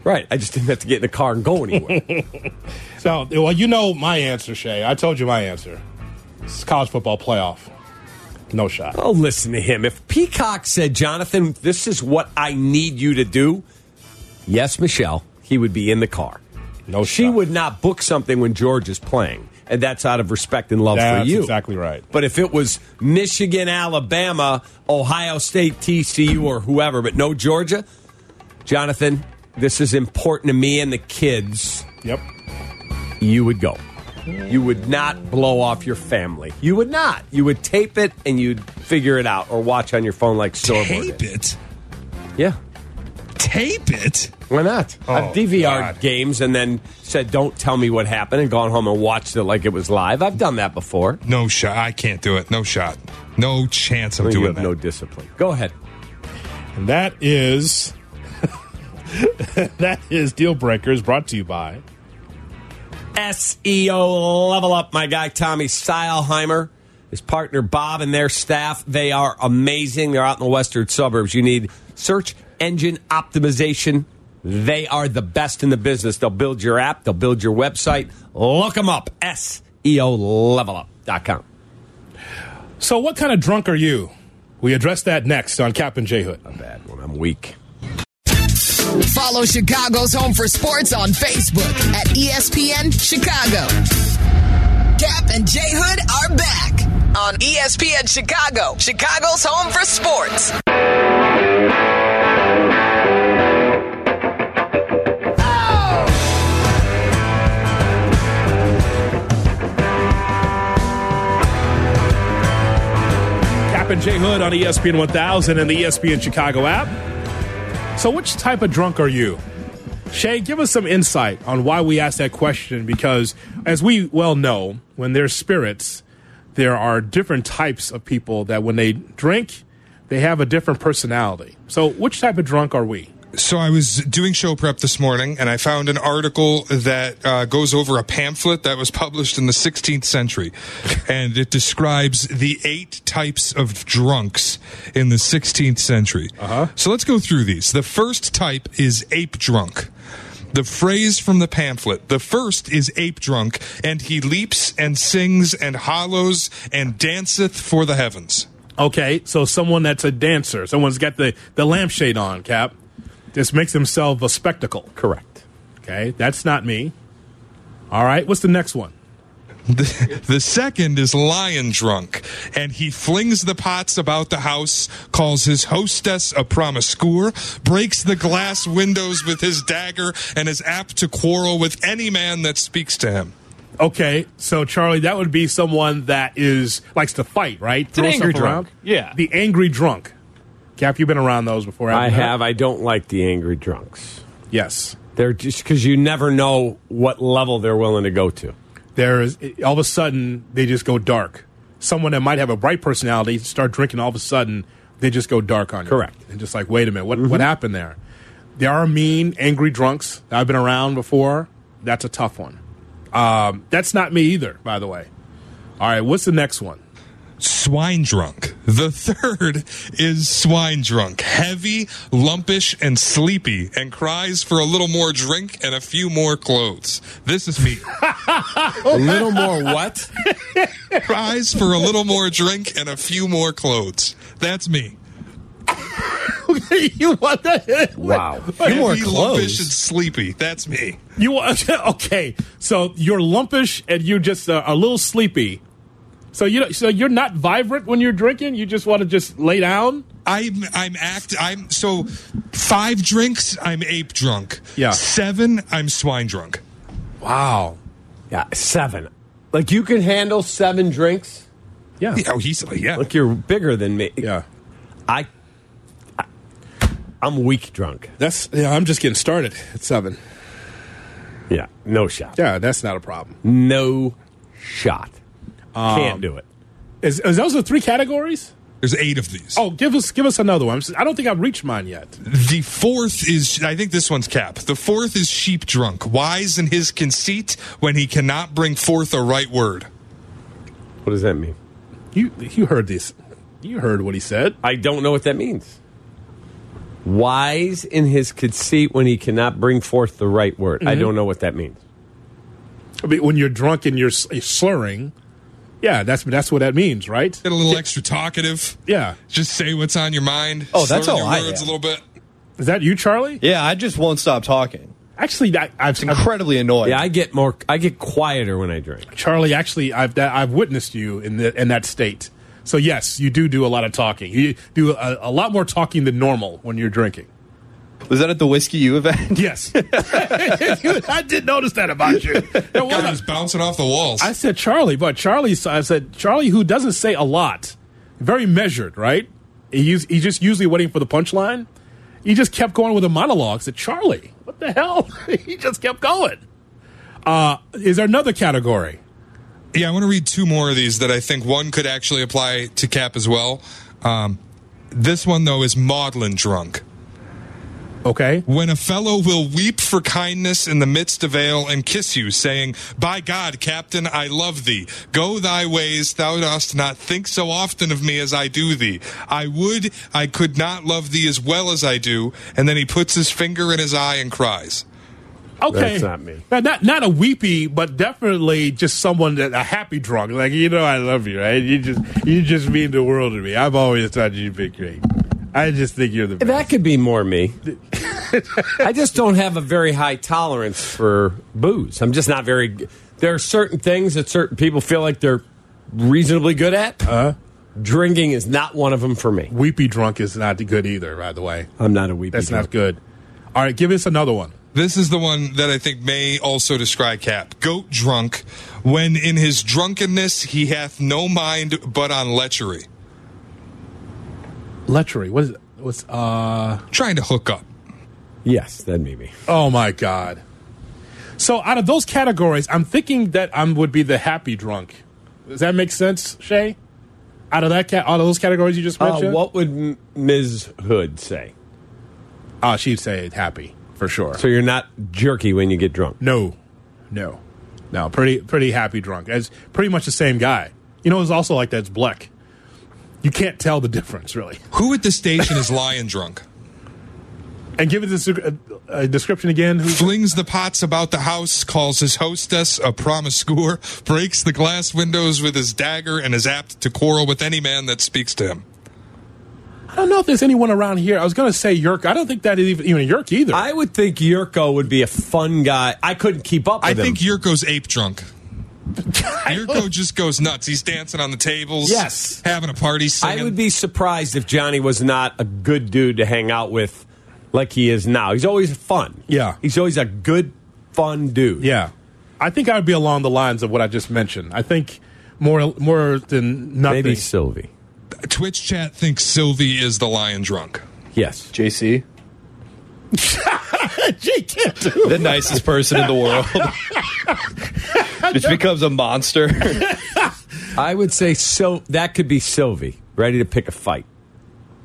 Speaker 3: Right. I just didn't have to get in the car and go anywhere.
Speaker 2: So, well, you know my answer, Shay. I told you my answer. It's college football playoff. No shot.
Speaker 3: Oh, listen to him. If Peacock said, Jonathan, this is what I need you to do, yes, Michelle, he would be in the car.
Speaker 2: No,
Speaker 3: she would not book something when George is playing, and that's out of respect and love
Speaker 2: That's
Speaker 3: for you.
Speaker 2: exactly right.
Speaker 3: But if it was Michigan, Alabama, Ohio State, TCU, or whoever, but no Georgia, Jonathan, this is important to me and the kids.
Speaker 2: Yep.
Speaker 3: You would go. You would not blow off your family. You would not. You would tape it and you'd figure it out or watch on your phone like Sorbo
Speaker 4: Tape
Speaker 3: did.
Speaker 4: it.
Speaker 3: Yeah.
Speaker 4: Tape it.
Speaker 3: Why not?
Speaker 4: Oh,
Speaker 3: I've DVR'd games and then said, "Don't tell me what happened," and gone home and watched it like it was live. I've done that before.
Speaker 4: No shot. I can't do it. No shot. No chance of
Speaker 3: I mean,
Speaker 4: doing
Speaker 3: you have
Speaker 4: that.
Speaker 3: no discipline. Go ahead.
Speaker 2: And that is that is Deal Breakers brought to you by
Speaker 3: SEO E Level Up. My guy Tommy Styleheimer, his partner Bob, and their staff. They are amazing. They're out in the western suburbs. You need search engine optimization. They are the best in the business. They'll build your app, they'll build your website. Look them up. E SEOlevelup.com.
Speaker 2: So, what kind of drunk are you? We address that next on Cap and J Hood. I'm
Speaker 3: bad one. I'm weak.
Speaker 1: Follow Chicago's Home for Sports on Facebook at E ESPN Chicago. Cap and J Hood are back on E ESPN Chicago, Chicago's Home for Sports.
Speaker 2: Cap and J Hood on E ESPN 1000 and the E ESPN Chicago app. So, which type of drunk are you? Shay, give us some insight on why we asked that question because, as we well know, when there's spirits, there are different types of people that when they drink, they have a different personality. So, which type of drunk are we?
Speaker 4: So I was doing show prep this morning, and I found an article that uh, goes over a pamphlet that was published in the 16th century, and it describes the eight types of drunks in the 16th century. Uh-huh. So let's go through these. The first type is ape drunk. The phrase from the pamphlet. The first is ape drunk, and he leaps and sings and hollows and danceth for the heavens.
Speaker 2: Okay, so someone that's a dancer, someone's got the, the lampshade on, Cap, just makes himself a spectacle.
Speaker 3: Correct.
Speaker 2: Okay, that's not me. All right, what's the next one?
Speaker 4: The, the second is lion drunk, and he flings the pots about the house, calls his hostess a promiscuer, breaks the glass windows with his dagger, and is apt to quarrel with any man that speaks to him.
Speaker 2: Okay, so Charlie, that would be someone that is likes to fight, right?
Speaker 3: an angry drunk.
Speaker 2: Yeah, the angry drunk. Cap, you've been around those before.
Speaker 3: I
Speaker 2: haven't you?
Speaker 3: have. I don't like the angry drunks.
Speaker 2: Yes.
Speaker 3: They're just because you never know what level they're willing to go to.
Speaker 2: There is all of a sudden they just go dark. Someone that might have a bright personality start drinking. All of a sudden they just go dark on you. Correct. And just like, wait a minute, what what happened there? There are mean, angry drunks that I've been around before. That's a tough one. Um, that's not me either, by the way. All right, what's the next one?
Speaker 4: swine drunk. The third is swine drunk, heavy, lumpish, and sleepy, and cries for a little more drink and a few more clothes. This is me.
Speaker 3: a little more what?
Speaker 4: cries for a little more drink and a few more clothes. That's me.
Speaker 2: you want that?
Speaker 3: Wow.
Speaker 4: Heavy, lumpish, and sleepy. That's me.
Speaker 2: You wa- okay? So you're lumpish and you're just uh, a little sleepy. So you don't- so you're not vibrant when you're drinking. You just want to just lay down.
Speaker 4: I'm I'm act I'm so five drinks I'm ape drunk.
Speaker 2: Yeah.
Speaker 4: Seven I'm swine drunk.
Speaker 2: Wow.
Speaker 3: Yeah, seven. Like you can handle seven drinks.
Speaker 2: Yeah.
Speaker 4: Oh, he's yeah.
Speaker 3: Look, you're bigger than me.
Speaker 2: Yeah.
Speaker 3: I, I am weak drunk.
Speaker 2: That's yeah. I'm just getting started at seven.
Speaker 3: Yeah. No shot.
Speaker 2: Yeah, that's not a problem.
Speaker 3: No shot. Can't do it.
Speaker 2: Is, is those the three categories?
Speaker 4: There's eight of these.
Speaker 2: Oh, give us give us another one. I'm s- I don't think I've reached mine yet.
Speaker 4: The fourth is, I think this one's cap. The fourth is sheep drunk, wise in his conceit when he cannot bring forth a right word.
Speaker 3: What does that mean?
Speaker 2: You you heard this? You heard what he said?
Speaker 3: I don't know what that means. Wise in his conceit when he cannot bring forth the right word. I don't know what that means.
Speaker 2: I mean, when you're drunk and you're s- slurring, yeah, that's that's what that means, right?
Speaker 4: Get a little extra talkative.
Speaker 2: Yeah.
Speaker 4: Just say what's on your mind.
Speaker 7: Oh, that's
Speaker 4: Slur
Speaker 7: all
Speaker 4: your
Speaker 7: I
Speaker 4: words
Speaker 7: am.
Speaker 4: a little bit.
Speaker 2: Is that you, Charlie?
Speaker 7: Yeah, I just won't stop talking.
Speaker 2: Actually, I, I've,
Speaker 7: It's incredibly annoying.
Speaker 3: Yeah, I get more. I get quieter when I drink.
Speaker 2: Charlie, actually, I've that, I've witnessed you in the, in that state. So yes, you do do a lot of talking. You do a, a lot more talking than normal when you're drinking.
Speaker 7: Was that at the Whiskey U event?
Speaker 2: Yes, I did notice that about you. There was
Speaker 4: God,
Speaker 2: a-
Speaker 4: he's bouncing off the walls.
Speaker 2: I said Charlie, but Charlie, I said Charlie, who doesn't say a lot, very measured, right? He us- he's just usually waiting for the punchline. He just kept going with the monologue. I said Charlie, what the hell? he just kept going. Uh, is there another category?
Speaker 4: yeah, I want to read two more of these that I think one could actually apply to cap as well. Um, this one, though, is maudlin drunk.
Speaker 2: Okay.
Speaker 4: When a fellow will weep for kindness in the midst of ale and kiss you, saying, By God, Captain, I love thee. Go thy ways, thou dost not think so often of me as I do thee. I would I could not love thee as well as I do. And then he puts his finger in his eye and cries.
Speaker 2: Okay.
Speaker 4: That's not me.
Speaker 2: Not, not, not a weepy, but definitely just someone that a happy drunk. Like, you know, I love you, right? You just, you just mean the world to me. I've always thought you've been great. I just think you're the best.
Speaker 3: That could be more me. I just don't have a very high tolerance for booze. I'm just not very. There are certain things that certain people feel like they're reasonably good at. Uh-huh. Drinking is not one of them for me.
Speaker 2: Weepy drunk is not good either, by the way.
Speaker 3: I'm not a weepy
Speaker 2: That's
Speaker 3: drunk.
Speaker 2: not good. All right, give us another one.
Speaker 4: This is the one that I think may also describe Cap. Goat drunk, when in his drunkenness he hath no mind but on lechery.
Speaker 2: Lechery. What is What's, uh.
Speaker 4: Trying to hook up.
Speaker 3: Yes, that'd be me.
Speaker 2: Oh, my God. So, out of those categories, I'm thinking that I would be the happy drunk. Does that make sense, Shay? Out of that cat, out of those categories you just
Speaker 3: Uh,
Speaker 2: mentioned,
Speaker 3: what would M- Ms. Hood say?
Speaker 2: Oh, she'd say happy for sure.
Speaker 3: So you're not jerky when you get drunk.
Speaker 2: No, no, no. Pretty, pretty happy drunk. It's pretty much the same guy. You know, it's also like that's Bleck. You can't tell the difference really.
Speaker 4: Who at the station is lion drunk?
Speaker 2: And give it this uh, uh, description again. Who's
Speaker 4: Flings the pots about the house, calls his hostess a promiscuer, breaks the glass windows with his dagger, and is apt to quarrel with any man that speaks to him.
Speaker 2: I don't know if there's anyone around here. I was going to say Yerk. I don't think that is even, even Yerk either.
Speaker 3: I would think Yurko would be a fun guy. I couldn't keep up
Speaker 4: I
Speaker 3: with him.
Speaker 4: think Yurko's ape drunk. Yurko just goes nuts. He's dancing on the tables.
Speaker 3: Yes.
Speaker 4: Having a party singing.
Speaker 3: I would be surprised if Johnny was not a good dude to hang out with like he is now. He's always fun.
Speaker 2: Yeah.
Speaker 3: He's always a good, fun dude.
Speaker 2: Yeah, I think I would be along the lines of what I just mentioned. I think more, more than nothing.
Speaker 3: Maybe Sylvie.
Speaker 4: Twitch chat thinks Sylvie is the lion drunk.
Speaker 3: Yes.
Speaker 7: JC,
Speaker 2: Gee, can't do
Speaker 7: the nicest person in the world, just becomes a monster.
Speaker 3: I would say so. That could be Sylvie, ready to pick a fight.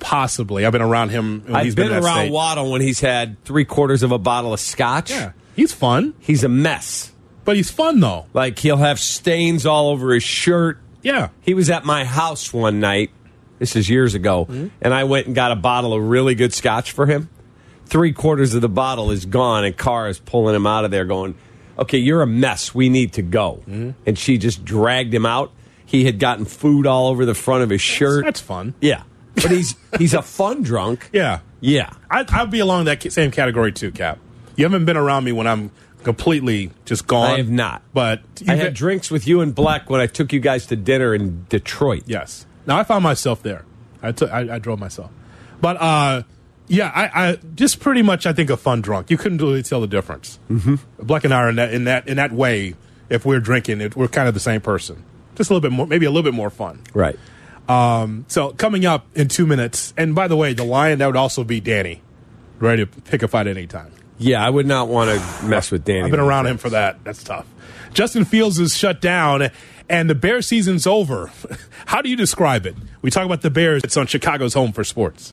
Speaker 2: Possibly. I've been around him. When he's
Speaker 3: I've been,
Speaker 2: in that
Speaker 3: around
Speaker 2: state.
Speaker 3: Waddle when he's had three quarters of a bottle of scotch.
Speaker 2: Yeah, he's fun,
Speaker 3: He's a mess.
Speaker 2: but he's fun though.
Speaker 3: Like he'll have stains all over his shirt.
Speaker 2: Yeah.
Speaker 3: He was at my house one night. This is years ago,
Speaker 2: Mm-hmm.
Speaker 3: and I went and got a bottle of really good scotch for him. Three quarters of the bottle is gone, and Car is pulling him out of there, going, "Okay, you're a mess. We need to go."
Speaker 2: Mm-hmm.
Speaker 3: And she just dragged him out. He had gotten food all over the front of his shirt.
Speaker 2: That's fun.
Speaker 3: yeah, but he's he's a fun drunk.
Speaker 2: Yeah.
Speaker 3: Yeah,
Speaker 2: I, I'd be along that ca- same category too, Cap. You haven't been around me when I'm completely just gone.
Speaker 3: I have not.
Speaker 2: But
Speaker 3: I
Speaker 2: you've-
Speaker 3: had drinks with you and Black when I took you guys to dinner in Detroit.
Speaker 2: Yes. Now I found myself there. I took. I, I drove myself. But uh, yeah, I, I just pretty much I think a fun drunk. You couldn't really tell the difference. Mm-hmm. Black and I are in that in that in that way. If we're drinking, it, we're kind of the same person. Just a little bit more, maybe a little bit more fun.
Speaker 3: Right.
Speaker 2: Um, so coming up in two minutes. And by the way, the lion that would also be Danny, ready to pick a fight at any time.
Speaker 3: Yeah, I would not want to mess with Danny.
Speaker 2: I've been around him for that. That's tough. Justin Fields is shut down, and the Bear season's over. How do you describe it? We talk about the Bears. It's on Chicago's Home for Sports.